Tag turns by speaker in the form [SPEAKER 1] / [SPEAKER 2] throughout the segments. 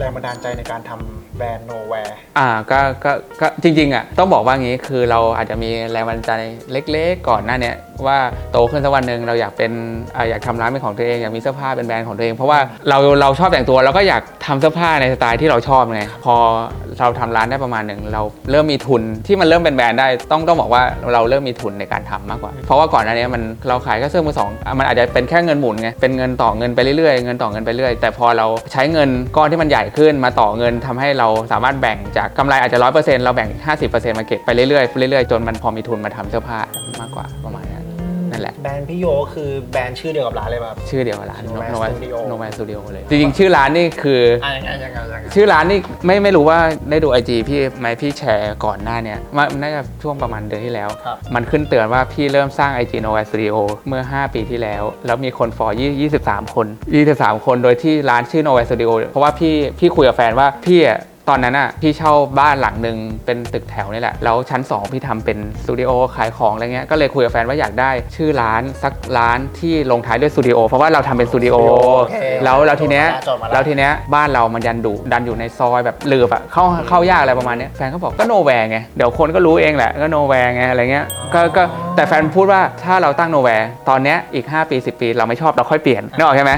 [SPEAKER 1] รงบันดาลใจในการทำแบรนด์โนแวร์
[SPEAKER 2] อ่าก็ก็ก็จริงๆอ่ะต้องบอกว่างี้คือเราอาจจะมีแรงบันดาลใจเล็กๆ ก่อนหน้าเนี้ยว่าโตขึ้นสักวันหนึ่งเราอยากเป็นอ่าอยากทำร้านเป็นของตัวเองอยากมีเสื้อผ้าเป็นแบรนด์ของตัวเอง เพราะว่าเราเราชอบแต่งตัวเราก็อยากทำเสื้อผ้าในสไตล์ที่เราชอบไงพอเราทำร้านได้ประมาณหนึ่งเราเริ่มมีทุนที่มันเริ่มเป็นแบรนด์ได้ต้องต้องบอกว่าเราเริ่มมีทุนในการทำมากกว่า เพราะว่าก่อนหน้าเนี้ยมันเราขายแค่เสื้อมือสองอ่ะมันอาจจะเป็นแค่เงินหมุนไงเป็นเงินต่อเงินไปเรื่อยๆเงินต่อเงินไปเรื่อยแต่พอเราใช้เงินก้อนที่มันใหญ่ขึ้นมาต่อเงินทำให้เราสามารถแบ่งจากกำไรอาจจะร้อยเปอร์เซ็นต์เราแบ่งห้าสิบเปอร์เซ็นต์มาเก็บไปเรื่อยๆเรื่อยๆจนมันพอมีทุนมาทำเสื้อผ้ามากกว่าประมาณนั้นนั่นแหละ
[SPEAKER 1] แบรนด์พี่โยก็คือแบรนด์ชื่อเดียวกับร้านเลยป่ะครับ
[SPEAKER 2] ชื่อเดียวกับร้าน
[SPEAKER 1] Nomad
[SPEAKER 2] Nomad
[SPEAKER 1] Studio
[SPEAKER 2] Nomad Studio เลยจริงๆ ชื่อร้านนี่คือ
[SPEAKER 1] อ่าอย่างอย่างอย่างอย่าง
[SPEAKER 2] ชื่อร้านนี่ไม่ไม่รู้ว่าได้ดูไอจีพี่ไหมพี่แชร์ก่อนหน้าเนี่ยมันน่าจะช่วงประมาณเดือนที่แล้ว
[SPEAKER 1] ครับ
[SPEAKER 2] มันขึ้นเตือนว่าพี่เริ่มสร้าง IG n o v a Studio เมื่อ 5 ปีที่แล้ว แล้วมีคนฟอร์ยี่23 คน 23 คนโดยที่ร้านชื่อ n o v a Studio เพราะว่าพี่พี่คุยกับแฟนว่าพี่อะตอนนั้นอ่ะพี่เช่าบ้านหลังหนึ่งเป็นตึกแถวนี่แหละ แล้วชั้น 2 พี่ทำเป็นสตูดิโอขายของอะไรเงี้ยก็เลยคุยกับแฟนว่าอยากได้ชื่อร้านสักร้านที่ลงท้ายด้วยสตูดิโอเพราะว่าเราทำเป็นสตูดิโอ
[SPEAKER 1] สตูดิโอโอเค
[SPEAKER 2] แล้วแล้วทีเนี้ย
[SPEAKER 1] จดมาละ
[SPEAKER 2] แล้วที ทีเนี้ยบ้านเรามันยันดุดันอยู่ในซอยแบบหลืบอะเข้าเข้ายากอะไรประมาณเนี้ยแฟนก็บอกก็โนแวร์ไง เดี๋ยวคนก็รู้เองแหละ ก็โนแวร์ไงอะไรเงี้ยก็ก็แต่แฟนพูดว่าถ้าเราตั้งโนแวร์ตอนเนี้ยอีก 5 ปี 10 ปีเราไม่ชอบเราค่อยเปลี่ยนนึกออกใช่ไหม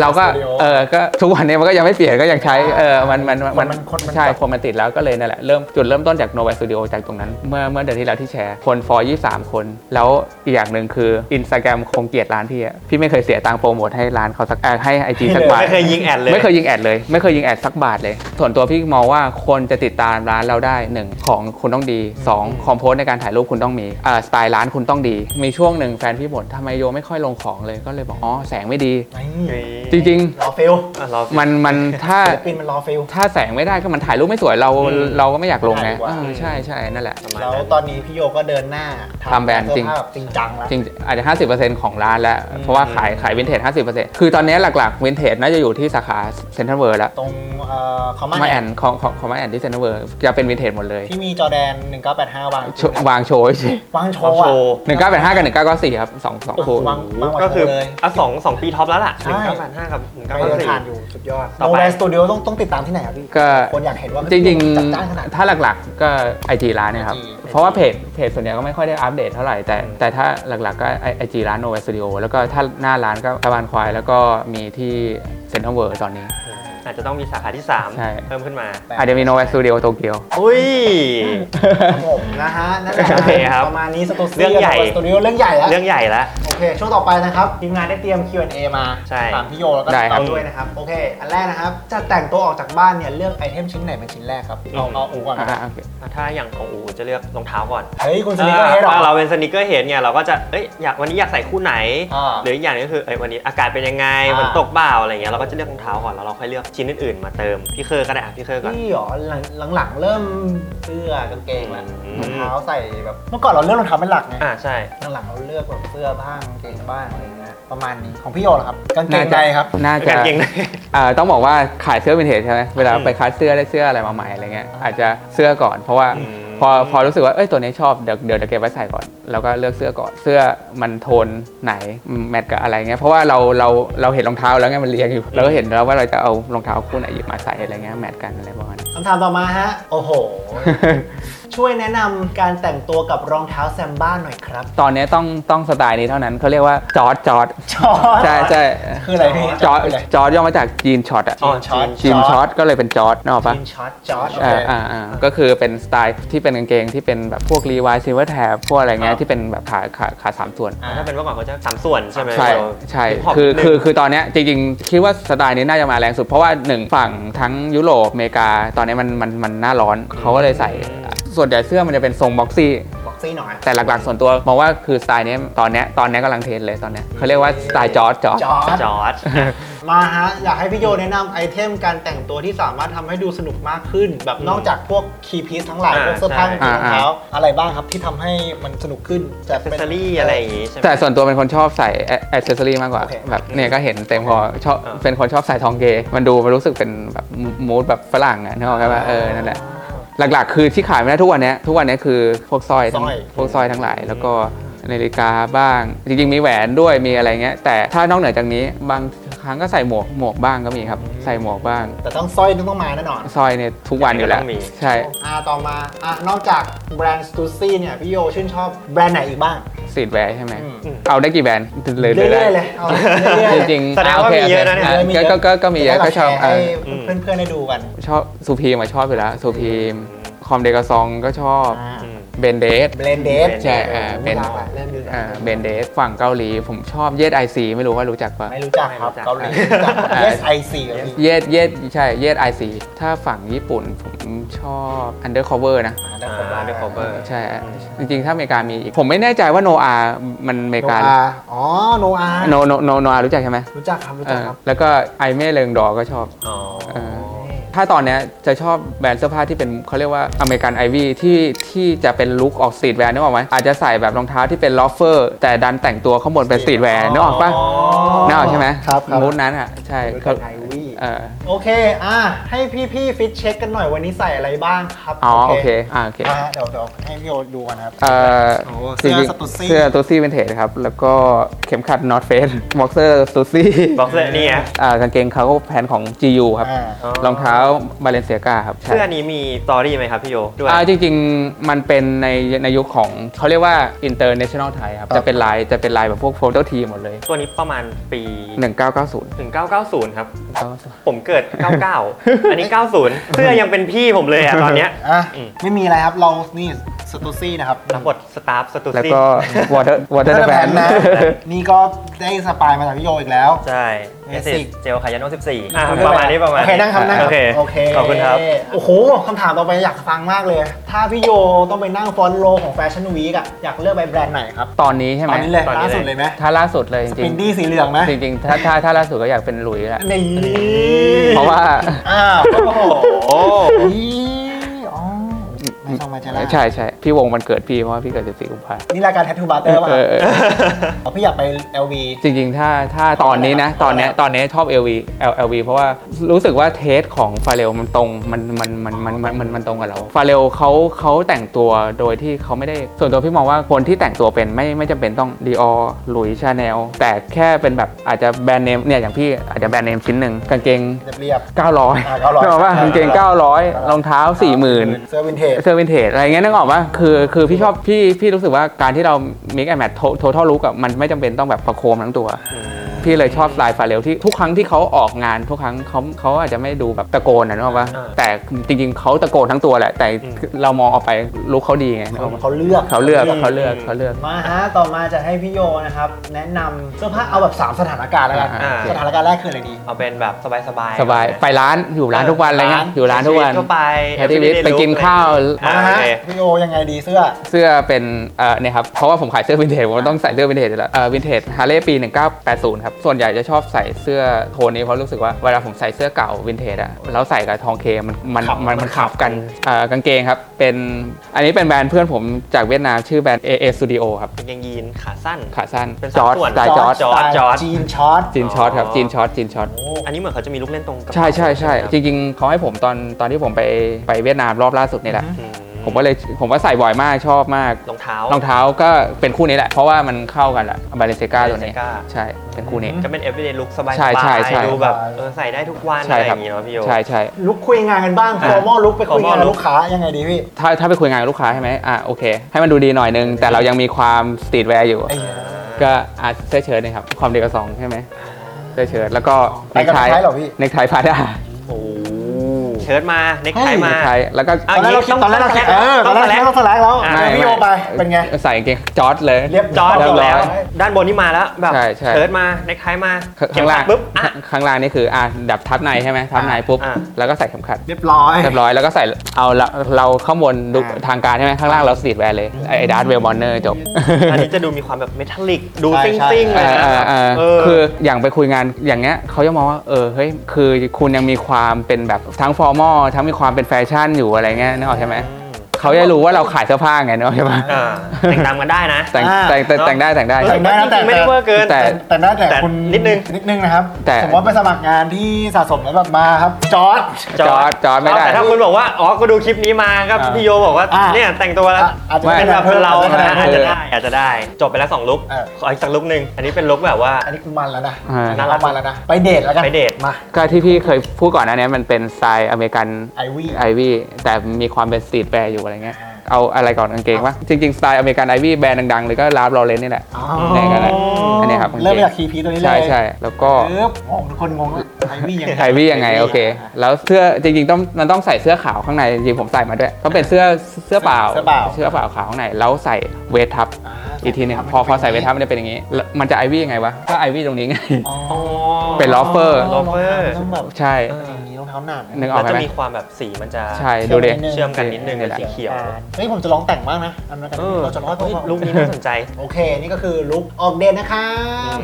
[SPEAKER 2] เราก็เออก็ทุกวันเนี้ยมันก็ยังไม่เปลี่ยนก็ยังใช้เออมันมัน
[SPEAKER 1] คนมันคนมัน
[SPEAKER 2] ใช่คนมันติดแล้วก็เลยนั่นแหละเริ่มจุดเริ่มต้นจากโนแวร์สตูดิโอจากตรงนั้นเมื่อเมื่อเดือนที่แล้วที่แชร์คนฟอร์ยี่สามคน แล้วอีกอย่างหนึ่งคืออินสตาแกรมคงเกลียดร้านพี่อะพี่ไม่เคยเสียตังค์โปรโมทให้ร้านเขาสักเอ่อให้ไอจีสักบาท
[SPEAKER 3] ไม่เคยยิงแอดเลย
[SPEAKER 2] ไม่เคยยิงแอดเลย ไม่เคยยิงแอดสักบาทเลย ส่วนตัวพี่มองว่าคนจะติดตามร้านเราได้ 1 ของคุณต้องดี 2 คอมโพสในการถ่ายรูปคุณต้องมีอ่าสไตล์ร้านคุณต้องดี มีช่วงหนึ่งแฟนพี่บ่นทำไมโยไม่ค่อยลงของเลยก็เลยบอกอ๋อแสงไม่ดี จริง
[SPEAKER 1] รอเฟล
[SPEAKER 3] อ่ะรอ
[SPEAKER 2] ๆ มัน มันถ้า
[SPEAKER 1] ศิลปินมันรอเฟล
[SPEAKER 2] ถ้าแสงไม่ได้ก็มันถ่ายรูปไม่สวยเรา
[SPEAKER 3] อืม
[SPEAKER 2] เราก็ไม่อยากลงไง
[SPEAKER 1] ถ่ายดีกว่า
[SPEAKER 2] เออใช่ใช่นั่นแหละ
[SPEAKER 3] ประมาณ
[SPEAKER 1] แล้ว
[SPEAKER 3] นั้น
[SPEAKER 1] ตอนนี้พี่โยก็เดินหน้า
[SPEAKER 2] ทำแบรนด์จริง
[SPEAKER 1] เสื้อผ้าแจริงจังแล้ว
[SPEAKER 2] จริงอาจจะ 50%ของร้านแล้ว เพราะว่าขายขายวินเทจ50%คือตอนนี้หลักๆวินเทจน่าจะอยู่ที่สาขาเซ็นทรัลเวิร์แล้ว
[SPEAKER 1] ตรงเอ่อคอม
[SPEAKER 2] มา
[SPEAKER 1] มา
[SPEAKER 2] แอ
[SPEAKER 1] แอน
[SPEAKER 2] ของของของมาแอนที่เซ็นทรัลเวิร์จะเป็นวินเทจหมดเลย
[SPEAKER 1] ที่มีจอแดน 1985 วาง
[SPEAKER 2] โชว์วางโชว์เฉย
[SPEAKER 1] ว่างโช
[SPEAKER 3] เขา
[SPEAKER 1] ว์
[SPEAKER 3] โช
[SPEAKER 1] อะ
[SPEAKER 3] ว์
[SPEAKER 2] หนึ่งเก้าแปดห้ากับหนึ่งเก้าเก้าสี่ครับสองสอง
[SPEAKER 1] โอ้โห
[SPEAKER 2] คู่
[SPEAKER 1] วางวาง
[SPEAKER 3] ก็
[SPEAKER 1] โช
[SPEAKER 3] คือ
[SPEAKER 1] ว์เลย
[SPEAKER 3] อ่ะสองสองปีท็อปแล้วล่ะ
[SPEAKER 1] ใช่
[SPEAKER 3] หนึ่งเก้าแปดห้ากับหนึ่ง
[SPEAKER 1] ไป
[SPEAKER 3] เก้าเก้า
[SPEAKER 1] เดิน
[SPEAKER 3] สี่
[SPEAKER 1] ผ่านอยู่สุดยอด
[SPEAKER 3] ต่อ
[SPEAKER 1] โน
[SPEAKER 3] ไป
[SPEAKER 1] แวร์สตูดิโอต้องต้องติดตามที่ไหนครับพี่
[SPEAKER 2] ก็
[SPEAKER 1] คนอยากเห็นว่า
[SPEAKER 2] จริง
[SPEAKER 1] จัดจ้านขนาดไหน
[SPEAKER 2] ๆ ถ้าหลักๆก็ไอจีร้านเนะครับ
[SPEAKER 1] IG
[SPEAKER 2] เพราะว่าเพจเพจส่วนใหญ่ก็ไม่ค่อยได้อัปเดตเท่าไหร่ แต่แต่ถ้าหลักๆก็ไอจีร้านโนเวสตูดิโอแล้วก็ถ้าหน้าร้านก็ตะบานควาย แล้วก็มีที่เซ็นทรัลเวิร์ตอนนี้
[SPEAKER 3] อาจจะต้องมีสาขาที่
[SPEAKER 2] ใช่
[SPEAKER 3] 3 เพิ่มขึ้นมา
[SPEAKER 2] อาจจะมีโนเวสตูดิโอโตเกียว
[SPEAKER 3] อุ้ย
[SPEAKER 1] ครับผมนะฮะนั่นแหละ
[SPEAKER 3] โอเคครับ
[SPEAKER 1] ประมาณนี้สตูดิโอ
[SPEAKER 3] เรื่องใหญ่
[SPEAKER 1] สตูดิโอเรื่องใหญ่แล้ว
[SPEAKER 3] เรื่องใหญ่ละ
[SPEAKER 1] โอเค ช่วงต่อไปนะครับทีมงานได้เตรียม Q&A มา
[SPEAKER 3] ใช่
[SPEAKER 1] ถามพี่โยแล้วก็
[SPEAKER 2] ได้ครับ
[SPEAKER 1] ตอบด้วยนะครับโอเค อันแรกนะครับ จะแต่งตัวออกจากบ้านเนี่ยเลือกไอเทมชิ้นไหนเป็นชิ้นแรกครับเอาเอาอูก่อนนะ
[SPEAKER 2] อ่าโอเค
[SPEAKER 3] ถ้าอย่างของอูจะเลือกรองเท้าก่อน
[SPEAKER 1] เฮ้ยคุณสนิทก็เฮ้ยหรอ
[SPEAKER 3] เราเป็นสนิเกอร์เห็นเนี่ยเราก็จะเอ้ยอยากวันนี้อยากใส่คู่ไหน
[SPEAKER 1] อ่า
[SPEAKER 3] หรืออีกอย่างหนึงก็คือเอ้ยวันนี้อากาศเป็นยังไง
[SPEAKER 1] อ่า
[SPEAKER 3] ฝนตกเปล่าอะไรเงี้ยเราก็จะเลือกรองเท้าก่อนแล้วเราค่อยเลือกชิ้นอื่นๆมาเติมพี่เคอร์ก็ได้อ่ะพี่เคอร์ก่อน
[SPEAKER 1] พี่หรอหลังหลังๆเริ่มเสื้อกางเกงแล้ว
[SPEAKER 3] อืม
[SPEAKER 1] รองเท้าใส่แบบเมื่อก่อนเราเลือกรองเท้าเป็นหลักไง
[SPEAKER 3] อ่าใช่
[SPEAKER 1] หลังๆเราเลือกแบบเสื้อบ้างกางเกงบ้างอะไรเงี้ยประมาณนี้ของพี่โยเหรอครับกางเกงในครับ
[SPEAKER 2] น่าจะ
[SPEAKER 3] กางเกงใน
[SPEAKER 2] เอ่อต้องบอกว่าขายเสื้อวินเทจใช่ไหมเวลา
[SPEAKER 3] อืม
[SPEAKER 2] ไปคัดเสื้อได้เสื้ออะไรมาใหม่อะไรเงี้ยอาจจะเสื้อก่อน เพราะว่า
[SPEAKER 3] อืม
[SPEAKER 2] พอพอรู้สึกว่าเอ้ยตัวนี้ชอบเดี๋ยวเดี๋ยวจะเก็บไว้ใส่ก่อน แล้วก็เลือกเสื้อก่อนเสื้อมันโทนไหนแมทกับอะไรเงี้ยเพราะว่าเราเราเราเห็นรองเท้าแล้วไงมันเรียงอยู่เราก็เห็นแล้วว่าเราจะเอารองเท้าคู่ไหนหยิบมาใส่อะไรเงี้ยแมทกันอะไรประมาณนั้น
[SPEAKER 1] คำถามต่อมาฮะ โอ้โห ช่วยแนะนำการแต่งตัวกับรองเท้าแซมบ้าหน่อยครับ
[SPEAKER 2] ตอนนี้ต้องต้องสไตล์นี้เท่านั้นเขาเรียกว่าจอร์ดจอร์ด
[SPEAKER 1] จอร์จ
[SPEAKER 2] ใช่ใช่
[SPEAKER 1] คืออะไรพี่
[SPEAKER 2] จอร์ด
[SPEAKER 1] คืออะไร
[SPEAKER 2] จอร์ดย่อมาจากจีนช็อตอะ
[SPEAKER 3] อ๋อ
[SPEAKER 2] จีนช็อตก็เลยเป็นจอร์ดนกออกปะ
[SPEAKER 1] จีนช็อตจอร์จโอ
[SPEAKER 2] อ่า
[SPEAKER 1] เค
[SPEAKER 2] อ่าอ่าก็คือเป็นสไตล์ที่เป็นกางเกงที่เป็นแบบพวกรีวายซิลเวอร์แทบพวกอะไร
[SPEAKER 1] ค
[SPEAKER 2] เงี้
[SPEAKER 1] รั
[SPEAKER 2] ย
[SPEAKER 1] บ
[SPEAKER 2] ที่เป็นแบบขาขาขาสามส่วน
[SPEAKER 1] อ่า
[SPEAKER 3] ถ้าเป็นเมื่อก่อนเขาจะสามส่วนใช่ไหม
[SPEAKER 2] ใช่
[SPEAKER 3] เรา
[SPEAKER 2] ใช่
[SPEAKER 3] ฮิปฮป
[SPEAKER 2] คือ
[SPEAKER 3] นิดนึง
[SPEAKER 2] คือคือตอนเนี้ยจริงๆ คิดว่าสไตล์นี้น่าจะมาแรงสุด เพราะว่าหนึ่งฝั่งทั้งยุโรปอเมริกา ตอนนี้มันมันมันหน้าร้อนเขาก็เลยใส่ ส่วนใหญ่เสื้อมันจะเป็นทรงบ็อกซี่
[SPEAKER 1] บ็อกซี่หน่อย
[SPEAKER 2] แต่หลักๆส่วนตัวมองว่าคือสไตล์เนี้ยตอนเนี้ยตอนเนี้ยกำลังเทรนเลยตอนเนี้ยเขาเรียกว่าสไตล์จอร์จจอร์จ
[SPEAKER 1] จอร์จ
[SPEAKER 3] จอร์ด
[SPEAKER 1] มาฮะ อยากให้พี่โยแนะนำไอเทมการแต่งตัวที่สามารถทำให้ดูสนุกมากขึ้น แบบนอกจากพวกคีย์พีซทั้งหลายพวกเสื้อผ้ากางเกงรองเท้าอะไรบ้างครับที่ทำให้มันสนุกขึ้นจะ
[SPEAKER 3] เซ
[SPEAKER 1] เป็น น
[SPEAKER 3] เซอรี่อะไรอย่างงี้ใช่ไหม
[SPEAKER 2] แต่ส่วนตัวเป็นคนชอบใส่แอคเซสซอรี่มากกว่า
[SPEAKER 1] โอเค
[SPEAKER 2] แบบเนี่ยก็เห็นเต็มพอชอบ
[SPEAKER 3] อ่า
[SPEAKER 2] เป็นคนชอบใส่ทองเกย์มันดูมันรู้สึกเป็นแบบมูดแบบฝรั่งอ่ะนึกออกไหมว่าเออนั่นแหละ หลักๆ คือที่ขายไม่ได้ทุกวันเนี้ยทุกวันเนี้ยคือพวกสร้อยทั้ง
[SPEAKER 1] สร้อย
[SPEAKER 2] พวกสร้อยทั้งหลาย แล้วก็นาฬิกาบ้าง จริงๆ มีแหวนด้วยมีอะไรเงี้ยแต่ถ้านอกเหนือจากนี้บางค รั้งก็ใส่หมวกหมวกบ้างก็มีครับใส่หมวกบ้าง
[SPEAKER 1] แต่ต้องสร้อยต้องมาแน่นอน
[SPEAKER 2] ซอยเนี่ยทุกวันอยู่แล้ว
[SPEAKER 3] ยังไงก็ต้องมี
[SPEAKER 2] ใช่
[SPEAKER 1] อ่าต่อมาอ่ะนอกจากแบรนด์สตูซี่เนี่ยพี่โยชื่นชอบแบรนด์ไหนอีกบ้าง
[SPEAKER 2] สตรีทแวร์ใช่ไหม
[SPEAKER 1] อืม
[SPEAKER 2] เอาได้กี่แบรนด์เลย
[SPEAKER 1] เรื่อยๆเลยเอาเรื่อยๆ
[SPEAKER 2] จ
[SPEAKER 1] เลย
[SPEAKER 2] ริงๆ
[SPEAKER 3] แสดงว่า
[SPEAKER 2] โค
[SPEAKER 3] มีเยอะนะเนี่ย
[SPEAKER 2] โค
[SPEAKER 1] เรื่อยๆ
[SPEAKER 2] ก็ก็ก็มีเยอะก็ชอบ
[SPEAKER 1] แชร์
[SPEAKER 2] เอ
[SPEAKER 1] ให้
[SPEAKER 2] อ
[SPEAKER 1] เพื่อนๆได้ดูกัน
[SPEAKER 2] ชอบซูพีมาชอบอยู่แล้วซูพีมคอมเดกาซองก็ชอบ
[SPEAKER 3] อืม
[SPEAKER 2] เบนเดส
[SPEAKER 1] เบรนเดส
[SPEAKER 2] ใช่อ่าเป็น
[SPEAKER 1] เริ่มดูแล้ว
[SPEAKER 2] เบนเดสฝั่งเกาหลี ผมชอบเยดไอซีไม่รู้ว่ารู้จักปะ
[SPEAKER 1] ไม่รู้จักครับ
[SPEAKER 3] ไม่รู้จัก
[SPEAKER 1] เกาหลีรู้จัก SIC ครับพี่
[SPEAKER 2] เยดเยดใช่เยดไอซีถ้าฝั่งญี่ปุ่นผมชอบ Undercover นะ
[SPEAKER 1] อ่า
[SPEAKER 3] อ่า Undercover
[SPEAKER 2] ใช่จริงๆ ถ้าอเมริกามีอีก ผมไม่แน่ใจว่าโนอามันอเมริ
[SPEAKER 1] โน
[SPEAKER 2] กา
[SPEAKER 1] อาห์อ๋อโนอาห์
[SPEAKER 2] โนโนโนโนอารู้จักใช่ไหม
[SPEAKER 1] รู้จักครับรู้
[SPEAKER 2] เอ
[SPEAKER 1] จัก
[SPEAKER 2] อ
[SPEAKER 1] ครับ
[SPEAKER 2] แล้วก็ไอเม่เริงดอก็ชอบ
[SPEAKER 3] อ๋อ
[SPEAKER 2] เออ
[SPEAKER 1] นี่
[SPEAKER 2] ถ้าตอนเนี้ยจะชอบแบรนด์เสื้อผ้าที่เป็นเขาเรียกว่าอเมริกันไอวี่ที่ที่จะเป็นลุคออกสตรีทแวร์นึกออกไหมอาจจะใส่แบบรองเท้าที่เป็นลอฟเฟอร์แต่ดันแต่งตัวข้างบนเป็นสตรีทแวร์นึกออกปะ
[SPEAKER 3] อ๋อ
[SPEAKER 2] นึกออกใช่ไหม
[SPEAKER 1] ครับครับ
[SPEAKER 2] มูดนั้นอ่ะ ใช่
[SPEAKER 1] เป็น
[SPEAKER 2] ก็
[SPEAKER 1] ไอวี่
[SPEAKER 2] เออ
[SPEAKER 1] โอเค อ่ะ ให้พี่พี่ๆฟิตเช็คกันหน่อยวันนี้ใส่อะไรบ้างครับ
[SPEAKER 2] อ๋อโอเคอ่าโอเค
[SPEAKER 1] อ่ะเดี๋ยวเดี๋ยวให้พี่โอดูก่อนครับ
[SPEAKER 2] เอ่อ
[SPEAKER 1] โอ้เสื้อ
[SPEAKER 2] จริงๆ
[SPEAKER 1] สตูซี่
[SPEAKER 2] เสื้อตูซี่เวนเทจครับ แล้วก็เข็มขัดนอตเฟ สบ็อกเซอร์ตูซี่
[SPEAKER 3] บ็อกเซอร์นี่ไง
[SPEAKER 2] อ่ากางเกงเขาก็แพนของ GU ครับ
[SPEAKER 1] อ่า
[SPEAKER 2] รองเท้าบาเลนเซียกาครับใช่
[SPEAKER 3] เสื้อนี้มีตอรี่ไหมครับพี่โยด้วย
[SPEAKER 2] อ่าจริงๆ มันเป็นในในยุคของเขาเรียกว่า international ไทยครับ
[SPEAKER 1] ครับ
[SPEAKER 2] จะเป็นลายจะเป็นลายแบบพวกโฟโต้ทีหมดเลย
[SPEAKER 3] ตัวนี้ประมาณปี
[SPEAKER 2] 1990
[SPEAKER 3] 1990 ครับ
[SPEAKER 2] 1990
[SPEAKER 3] ผมเกิด 99 อันนี้ 90 เสื้อยังเป็นพี่ผมเลยอ่ะตอนเนี้ย
[SPEAKER 1] อ่ะ
[SPEAKER 3] อืม
[SPEAKER 1] ไม่มีอะไรครับ เรานี่สตูซี่นะครับ
[SPEAKER 3] รับบทสตาฟสตู
[SPEAKER 2] แล้ว
[SPEAKER 3] ซี่
[SPEAKER 2] ก็ water water
[SPEAKER 1] เดิน
[SPEAKER 2] the
[SPEAKER 1] แผ
[SPEAKER 2] band
[SPEAKER 1] นนะ นี่ก็ได้สปายมาจากพี่โยอีกแล้ว
[SPEAKER 3] ใช่
[SPEAKER 1] Basic
[SPEAKER 3] เจลไขยันโน14อ่ะประมาณนี้ประมาณ
[SPEAKER 1] โอเคนั่งครับนั่ง
[SPEAKER 3] โอเค
[SPEAKER 1] โอเค
[SPEAKER 3] ขอบคุณครับ
[SPEAKER 1] โอ้โหคำถามต่อไปอยากฟังมากเลย ถ้าพี่โยต้องไปนั่งฟรอนต์โลของแฟชั่นวีคอะอยากเลือกไปแบรนด์ไหนครับ
[SPEAKER 2] ตอนนี้ใช่ไห
[SPEAKER 1] ต
[SPEAKER 2] ม
[SPEAKER 1] อนนี้เลย
[SPEAKER 3] ตอนนี้
[SPEAKER 1] ล่า
[SPEAKER 3] เลย
[SPEAKER 1] สุดเลยไหม
[SPEAKER 2] ถ้าล่าสุดเลยจ
[SPEAKER 1] ส
[SPEAKER 2] ริ
[SPEAKER 1] ปิ
[SPEAKER 2] ง
[SPEAKER 1] นดี้สีเหลืองไหม
[SPEAKER 2] ๆ จริงๆ ถ้าถ้าถ้าล่าสุดก็อยากเป็นหลุยส์แหละ
[SPEAKER 1] นี่
[SPEAKER 2] เพราะว่า
[SPEAKER 1] อ้าวโอ้โห
[SPEAKER 3] โอ้
[SPEAKER 1] นี่อ๋อไม่ต้องมาจะล่า
[SPEAKER 2] ใช่ใช่พี่วงมันเกิดพี่เพราะว่าพี่เกิด14กุมภาพันธ์
[SPEAKER 1] นี่รายการแททูบาร์เตอร์ป่ะ
[SPEAKER 2] เออเออ
[SPEAKER 1] เอาพี่อยากไป LV
[SPEAKER 2] จริงๆ ถ้าถ้าตอนนี้นะ ตอนเนี้ยตอนเนี้ยชอบ LV L LV เพราะว่ารู้สึกว่าเทสของฟาเรลมันตรงมันมันมันมันมันมันมันตรงกับเราฟาเรลเขาเขาแต่งตัวโดยที่เขาไม่ได้ส่วนตัวพี่มองว่าคนที่แต่งตัวเป็นไม่ไม่จำเป็นต้องดีออหลุยชาแนลแต่แค่เป็นแบบอาจจะแบรนด์เนมเนี่ยอย่างพี่อาจจะแบรนด์เนมชิ้นหนึ่งกางเกง
[SPEAKER 1] เรียบ
[SPEAKER 2] 900
[SPEAKER 1] อ่า900
[SPEAKER 2] นึกออกป่ะกางเกง 900รองเท้า 40,000
[SPEAKER 1] เสื้อวินเทจ
[SPEAKER 2] เซอร์วินเทจอะไรเงี้ยนึกออกว่าคือคือพี่ชอบพี่พี่รู้สึกว่าการที่เรา mix and match to- total look อะมันไม่จำเป็นต้องแบบประโคมทั้งตัว พี่เลยชอบสไตล์ฟาเรลที่ทุกครั้งที่เขาออกงานทุกครั้งเขาเขาอาจจะไม่ดูแบบตะโกนนะนึกออกว่า
[SPEAKER 3] อ่า
[SPEAKER 2] แต่จริงๆเขาตะโกนทั้งตัวแหละ แต่
[SPEAKER 3] อืม
[SPEAKER 2] เรามองออกไปลุคเขาดีไงนึกออกปะ
[SPEAKER 1] เขาเลือก
[SPEAKER 2] เขาเลือก
[SPEAKER 3] อืม
[SPEAKER 2] เขาเลือกเขาเลือก
[SPEAKER 1] มาฮะ ต่อมาจะให้พี่โยนะครับ แนะนำเสื้อผ้าเอาแบบ 3 สถานการณ์แล้วกัน
[SPEAKER 2] อ่า
[SPEAKER 1] สถานการณ์แรกคืออะไรดี
[SPEAKER 3] เอาเป็นแบบสบายๆ
[SPEAKER 2] สบายไปร้านอยู่ร้านทุกวันอะไรเงี้
[SPEAKER 1] ร้า
[SPEAKER 2] ย
[SPEAKER 1] น
[SPEAKER 2] อยู่ร้านทุกวัน
[SPEAKER 3] ทั่วไป
[SPEAKER 2] แฮปปี้
[SPEAKER 3] everyday
[SPEAKER 2] ไปกิน
[SPEAKER 3] look
[SPEAKER 2] ข้าว
[SPEAKER 3] อ่า
[SPEAKER 1] มาฮะ
[SPEAKER 3] โอเค
[SPEAKER 1] พี่โยยังไงดีเสื้อ
[SPEAKER 2] เสื้อเป็นเอ่อเนี่ยครับเพราะว่าผมขายเสื้อวินเทจผมต้องใส่เสื้อวินเทจอยู่แล้วเอ่อวินเทจฮาร์เลย์ปี 1980 ครับ ส่วนใหญ่จะชอบใส่เสื้อโทนนี้เพราะรู้สึกว่าเวลาผมใส่เสื้อเก่าวินเทจอะแล้วใส่กับทองเคมันมัน
[SPEAKER 1] ขับ
[SPEAKER 2] มัน
[SPEAKER 1] มั
[SPEAKER 2] มัน น
[SPEAKER 1] ขั
[SPEAKER 2] ขั
[SPEAKER 1] บบ กั
[SPEAKER 2] กัน นเอ่อกางเกงครับเป็นอันนี้เป็นแบรนด์เพื่อนผมจากเวียดนามชื่อแบรนด์ AA Studio ครับ
[SPEAKER 3] เป็นกางยีนขาสั้น
[SPEAKER 2] ขาสั้น
[SPEAKER 3] เป็น
[SPEAKER 2] จอร์ด
[SPEAKER 3] สัดส่วน
[SPEAKER 2] สไตล์จอร์ด
[SPEAKER 3] จอร์
[SPEAKER 1] ส
[SPEAKER 3] จ
[SPEAKER 1] ไตล์
[SPEAKER 3] จอร์จ
[SPEAKER 1] จีนช็อต
[SPEAKER 2] จีนช็อตครับจีนช็อตจีนช็อต
[SPEAKER 1] โอ้
[SPEAKER 3] อันนี้เหมือนเขาจะมีลูกเล่นตรงกับ
[SPEAKER 2] ใช่ใช่ใช่
[SPEAKER 3] ไหมครับ
[SPEAKER 2] จริงๆเขาให้ผมตอนตอนที่ผมไปไปเวียดนามรอบล่าสุดนี่แหละ
[SPEAKER 3] อื
[SPEAKER 2] ผมก็เลยผมก็ใส่บ่อยมากชอบมาก
[SPEAKER 3] รองเท้าร
[SPEAKER 2] องเท้าก็เป็นคู่นี้แหละ เพราะว่ามันเข้ากันแหละบาเลนเซกาตัวนี้
[SPEAKER 3] เซก้า
[SPEAKER 2] ใช่ เป็นคู่นี้
[SPEAKER 3] ก็เป็น everyday look สบาย
[SPEAKER 2] ใช่ใช่ใช่
[SPEAKER 3] ๆดูแบบเออใส่ได้ทุกวัน
[SPEAKER 2] ใช่
[SPEAKER 3] อะไรอ
[SPEAKER 2] ครับ
[SPEAKER 3] ย่างงี้เนาะพี่โย
[SPEAKER 2] ใช่ใช่
[SPEAKER 1] ลุกคุยงานกันบ้าง
[SPEAKER 2] อ่า
[SPEAKER 1] ฟอร์มอลลุกไปคุยงาน
[SPEAKER 3] formal
[SPEAKER 1] กับ
[SPEAKER 3] look
[SPEAKER 1] ลูกค้ายังไงดีพี่
[SPEAKER 2] ถ้าถ้าไปคุยงานกับลูกค้าใช่ไหมอ่ะโอเค ให้มันดูดีหน่อยนึง แต่เรายังมีความสตรีทแวร์อยู่
[SPEAKER 1] ไอ้เหี้ย
[SPEAKER 2] ก็อาเสื้อเชิ้ตนะครับ ความเด็กกับสองใช่ไหมเสื้อเชิ้ตแล้วก็
[SPEAKER 1] ไปกับใช้เหรอพี่
[SPEAKER 2] เนคไทพาด้า
[SPEAKER 3] โอ้เชิญมา เน็กไท
[SPEAKER 2] เน
[SPEAKER 3] มา
[SPEAKER 2] คไทแล้วก็
[SPEAKER 1] ต
[SPEAKER 3] อ่ะ
[SPEAKER 1] อนแรกเราคิดตอนแรกเราคิดเออตอนแรกเราคิดว่าสแลกแล้ว
[SPEAKER 3] อ่ะ
[SPEAKER 1] แล้ว พี่โยไปเป็นไง
[SPEAKER 2] ใส่กางเกงจอร์ดเลย
[SPEAKER 1] เรียบ
[SPEAKER 3] จอร์ด
[SPEAKER 2] เรียบร้อย
[SPEAKER 3] แล้ว ด้านบนนี่มาแล้วแบบ
[SPEAKER 2] ใช่ใช่
[SPEAKER 3] เชิญมา เน็กไทมาเข็
[SPEAKER 2] ข้าม งล่า
[SPEAKER 3] ขั
[SPEAKER 2] ง
[SPEAKER 3] ดปุ๊บอ่ะ
[SPEAKER 2] ข้างล่างนี่คืออ่ะดับทับในใช่ไหมทับในปุ๊บ
[SPEAKER 3] อ่ะ
[SPEAKER 2] แล้วก็ใส่เข็มขัด
[SPEAKER 1] เรียบร้อย
[SPEAKER 2] เรียบร้อยแล้วก็ใส่เอาละเราข้างบนดู
[SPEAKER 1] อ่า
[SPEAKER 2] ทางการใช่ไหมข้างล่างเราสตรีทแวร์เลยไอ้ดาร์ w เวลมอนเนอร์จบ
[SPEAKER 3] อันนี้จะดูมีความแบบเมทัลลิก ดู
[SPEAKER 1] ใช่
[SPEAKER 3] ซิ่ง
[SPEAKER 1] ใช่
[SPEAKER 3] ซิ่งๆเล
[SPEAKER 2] เอ
[SPEAKER 3] ย
[SPEAKER 2] อ
[SPEAKER 3] นะ
[SPEAKER 2] เออเออ
[SPEAKER 3] เออ
[SPEAKER 2] คืออย่างไปคุยงานอย่างเงี้ยเขาจะมองว่า เออเฮ้ยคือคุณยังมีความเป็นแบบทั้งฟอร์มอลทั้งมีความเป็นแฟชั่นอยู่อะไรเงี้ยนึกออกใช่ไหม เขาจะรู้ว่าเราขายเสื้อผ้าไงเนาะใช่ปะ
[SPEAKER 3] อ่าแต่งตามกันได้นะ
[SPEAKER 2] แต่งแต่งแต่งแต่งได้แต่งได้
[SPEAKER 1] แต่งได้ นะ
[SPEAKER 3] จริงๆไม่ได้เวอร์เกิน
[SPEAKER 2] แต่
[SPEAKER 1] แต่หน้าแต่
[SPEAKER 3] แต่
[SPEAKER 1] คุณ
[SPEAKER 3] นิดนึง
[SPEAKER 1] นิดนึงนะครับ
[SPEAKER 2] แต่
[SPEAKER 1] ผมว่าไปสมัครงานที่สะสมแล้วแบบมาครับจอร์ด
[SPEAKER 2] จอร์จจอร์จไม่ได้
[SPEAKER 3] แต่ถ้าคุณบอกว่า อ๋อ ก็ดูคลิปนี้มาครับ
[SPEAKER 1] อ่า
[SPEAKER 3] พี่โยบอกว่า
[SPEAKER 1] อ่า
[SPEAKER 3] เนี่ยแต่งตัวแล้ว
[SPEAKER 1] อ่ะอาจจะ
[SPEAKER 3] เป็นแบบ
[SPEAKER 1] ไม่ได้
[SPEAKER 3] เรา
[SPEAKER 1] เพิ่ม
[SPEAKER 3] นะ
[SPEAKER 1] อา
[SPEAKER 3] อา
[SPEAKER 1] จ
[SPEAKER 3] จ
[SPEAKER 1] จะ
[SPEAKER 3] จะ
[SPEAKER 1] ได้
[SPEAKER 3] ได้ อาจจะได้ จบไปแล้วสองลุก
[SPEAKER 1] เออ
[SPEAKER 3] ขออีกสักลุกหนึ่ง อันนี้เป็นลุกแบบว่า
[SPEAKER 1] อันนี้กูมันแล้วนะ
[SPEAKER 2] อ่า
[SPEAKER 1] น่ารักมันแล้วนะ ไปเดทแล้วกัน
[SPEAKER 3] ไปเดท
[SPEAKER 1] มา
[SPEAKER 2] ก็ที่พี่เคยพูดก่อนหนะเนี้ยมันเป็นสไตล์อเมริกัน
[SPEAKER 1] ไอวี่
[SPEAKER 2] ไอวี่แต่มีความเป็นสตรีทแวร์อยู่อะไรเงี้ย
[SPEAKER 1] อ่า
[SPEAKER 2] เอาอะไรก่อนกางเกงวะจริง ๆ สไตล์อเมริกันไอวี่แบรนด์ดังๆเลยก็ลาฟลอเรนนี่แหละ
[SPEAKER 1] อ๋อ
[SPEAKER 2] แดงกันเลยอันนี้ครับกางเกง
[SPEAKER 1] เริ่มจากคีย์พีซตัวนี้เลย
[SPEAKER 2] ใช่ใช่แล้วก็
[SPEAKER 1] เออผมเป็นคนงงว่าไอวี่ยังไง
[SPEAKER 2] ไอวี่ยังไง โอเค แล้วเสื้อจริงๆต้องมันต้องใส่เสื้อขาวข้างใน จริงๆผมใส่มาด้วยก็เป็นเสื้อเสื้อเปล่า
[SPEAKER 1] เสื้อเปล่า
[SPEAKER 2] เสื้อเปล่าขาวข้างในแล้วใส่เวททับ
[SPEAKER 1] อ่า
[SPEAKER 2] อีกทีหนึงพอพอใส่เวททับมันจะเป็นอย่างนี้แล้วมันจะไอวี่ยังไงวะก็ไอวี่ตรงนี้ไง
[SPEAKER 1] อ๋อ
[SPEAKER 3] อ๋อ
[SPEAKER 2] เป็นลอฟเฟอร์
[SPEAKER 3] ลอฟเฟอร์
[SPEAKER 1] ต้องแบบ
[SPEAKER 2] ใช่
[SPEAKER 3] เออ
[SPEAKER 1] อย่างนี้รองเท้าหนา
[SPEAKER 2] นึ
[SPEAKER 1] นึ
[SPEAKER 2] กออ
[SPEAKER 3] แล้ว
[SPEAKER 2] กไห
[SPEAKER 3] จะ
[SPEAKER 2] ม
[SPEAKER 3] มีความแบบสีมันจะ
[SPEAKER 2] ใช่ดูเด็
[SPEAKER 3] เชื่อมกันนิดนึง
[SPEAKER 2] นี่
[SPEAKER 3] เป็น
[SPEAKER 2] แหละ
[SPEAKER 3] สีเขียว
[SPEAKER 1] เฮ้ยผมจะร้องแต่งมากนะ อันนั้นกัน
[SPEAKER 3] เออ
[SPEAKER 1] เราจะร้องเพ
[SPEAKER 3] เฮ้ย
[SPEAKER 1] ราะ
[SPEAKER 3] ลุกนี้น่าสนใจ
[SPEAKER 1] โอเค นี่ก็คือลุกออกเดทนะครับ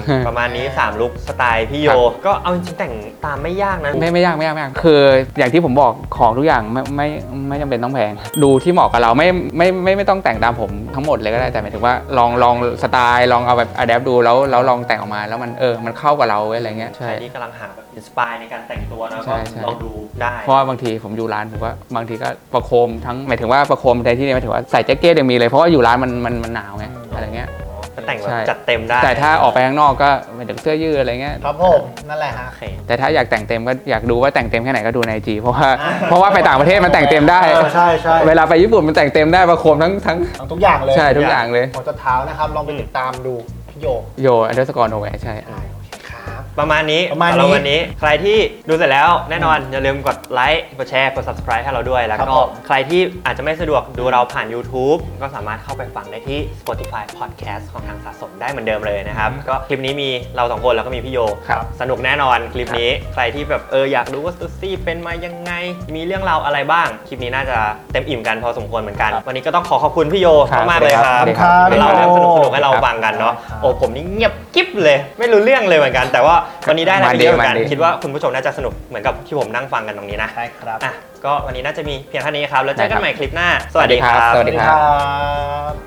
[SPEAKER 2] อืม
[SPEAKER 3] ประมาณนี้ 3 ลุกสไตล์พี่โย
[SPEAKER 2] ครับ
[SPEAKER 3] ก็เอาจริงๆแต่งตามไม่ยากนะ
[SPEAKER 2] ไม่ไม่ยากไม่ยากไม่ยากคืออย่างที่ผมบอกของทุกอย่างไม่ไม่ไม่จำเป็นต้องแพง ดูที่เหมาะกับเราไม่ไม่ไม่ไม่ต้องแต่งตามผมทั้งหมดเลยก็ได้แต่หมายถึงว่าลองลองสไตล์ลองเอาแบบอัดแอปดูแล้วแล้วลองแต่งออกมาแล้วมันเออมันเข้ากับเราเว้ยอะไรเงี้ย
[SPEAKER 3] ใค
[SPEAKER 2] ใช่
[SPEAKER 3] รที่กำลังหาแบบอินสปายในการแต่งตัวนะ
[SPEAKER 2] ใช่
[SPEAKER 3] ก็
[SPEAKER 2] ใช่
[SPEAKER 3] ลองดูได้
[SPEAKER 2] เพราะว่าบางทีผมอยู่ร้านผมก็บางทีก็ประโคมทั้งหมายถึงว่าประโคมในที่นี้หมายถึงว่าใส่แจ็คเก็ตยังมีเลยเพราะว่าอยู่ร้านมันมันมันหนาวไงอะไรเงี้ย
[SPEAKER 3] ก็แต่งแบ
[SPEAKER 2] ใช่
[SPEAKER 3] บจัดเต็มได้
[SPEAKER 2] แต่ถ้าออกไปข้างนอกก็หมายถึงเสื้อยืดอะไรเงี้ย
[SPEAKER 1] ครับผมนั่นแหละฮะ
[SPEAKER 3] โอเค
[SPEAKER 2] แต่ถ้าอยากแต่งเต็มก็อยากดูว่าแต่งเต็มแค่ไหนก็ดูในจีเพราะว่า
[SPEAKER 1] อ่า
[SPEAKER 2] เพราะว่าไปต่างประเทศมันแต่งเต็มได้
[SPEAKER 1] เออใช่ใช่
[SPEAKER 2] เวลาไปญี่ปุ่นมันแต่งเต็มได้ประโคมทั้งทั้ง
[SPEAKER 1] ทั้งทุกอย่างเลย
[SPEAKER 2] ใช่ทุกอย่างเลย
[SPEAKER 1] หัวจนเท้านะครับ ลองไปติดตามดูพี่โย
[SPEAKER 2] โยอันเดอร์สกอร์โนแวใช่
[SPEAKER 1] ได้โอเคครับ
[SPEAKER 3] ประมาณนี้
[SPEAKER 1] ประมาณนี้
[SPEAKER 3] สำหวันนี้ ใครที่ดูเสร็จแล้วแน่นอน อย่าลืมกดไลค์กดแชร์กด subscribe ให้เราด้วย แล้ว
[SPEAKER 1] ครับ
[SPEAKER 3] ก็
[SPEAKER 1] ผม
[SPEAKER 3] ใครที่อาจจะไม่สะดวกดูเราผ่าน YouTube ก็สามารถเข้าไปฟังได้ที่ Spotify Podcast ของทางสะสมได้เหมือนเดิมเลยนะครับ ก็คลิปนี้มีเราสองคนแล้วก็มีพี่โย
[SPEAKER 2] ครับ
[SPEAKER 3] สนุกแน่นอนคลิปนี้ ใครที่แบบเอออยากรู้ว่าซุซี่เป็นมายังไง มีเรื่องราวอะไรบ้าง คลิปนี้น่าจะเต็มอิ่มกันพอสมควรเหมือนกัน วันนี้ก็ต้องขอขอบคุณพี่โย
[SPEAKER 2] ครับ
[SPEAKER 3] มากๆเลยครับ
[SPEAKER 2] สวัสดี
[SPEAKER 1] ครับ
[SPEAKER 3] ที่เราเล่าสนุกสนุกๆให้เรา
[SPEAKER 2] ครับ
[SPEAKER 3] ฟังกันเนาะ
[SPEAKER 1] ครับ
[SPEAKER 3] โอ้ผมนี่เงียบกิ๊บเลย ไม่รู้เรื่องเลยเหมือนกัน แต่ว่าวันนี้ได้อะไร
[SPEAKER 2] มัน
[SPEAKER 3] ไป
[SPEAKER 2] ดี
[SPEAKER 3] เยอะเหมือนกัน
[SPEAKER 2] มันดี
[SPEAKER 3] คิดว่าคุณผู้ชมน่าจะสนุกเหมือนกับที่ผมนั่งฟังกันตรงนี้นะ
[SPEAKER 1] ใช่ครับ
[SPEAKER 3] อ่ะก็วันนี้น่าจะมีเพียงเท่านี้ครับแล้วเจอกันใหม่คลิปหน้า สวัสดีค
[SPEAKER 2] ส
[SPEAKER 3] รับ
[SPEAKER 2] วัสดีครับ
[SPEAKER 1] สวัสดีครั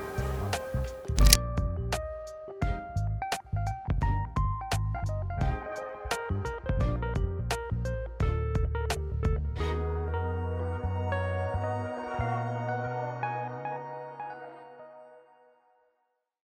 [SPEAKER 1] บ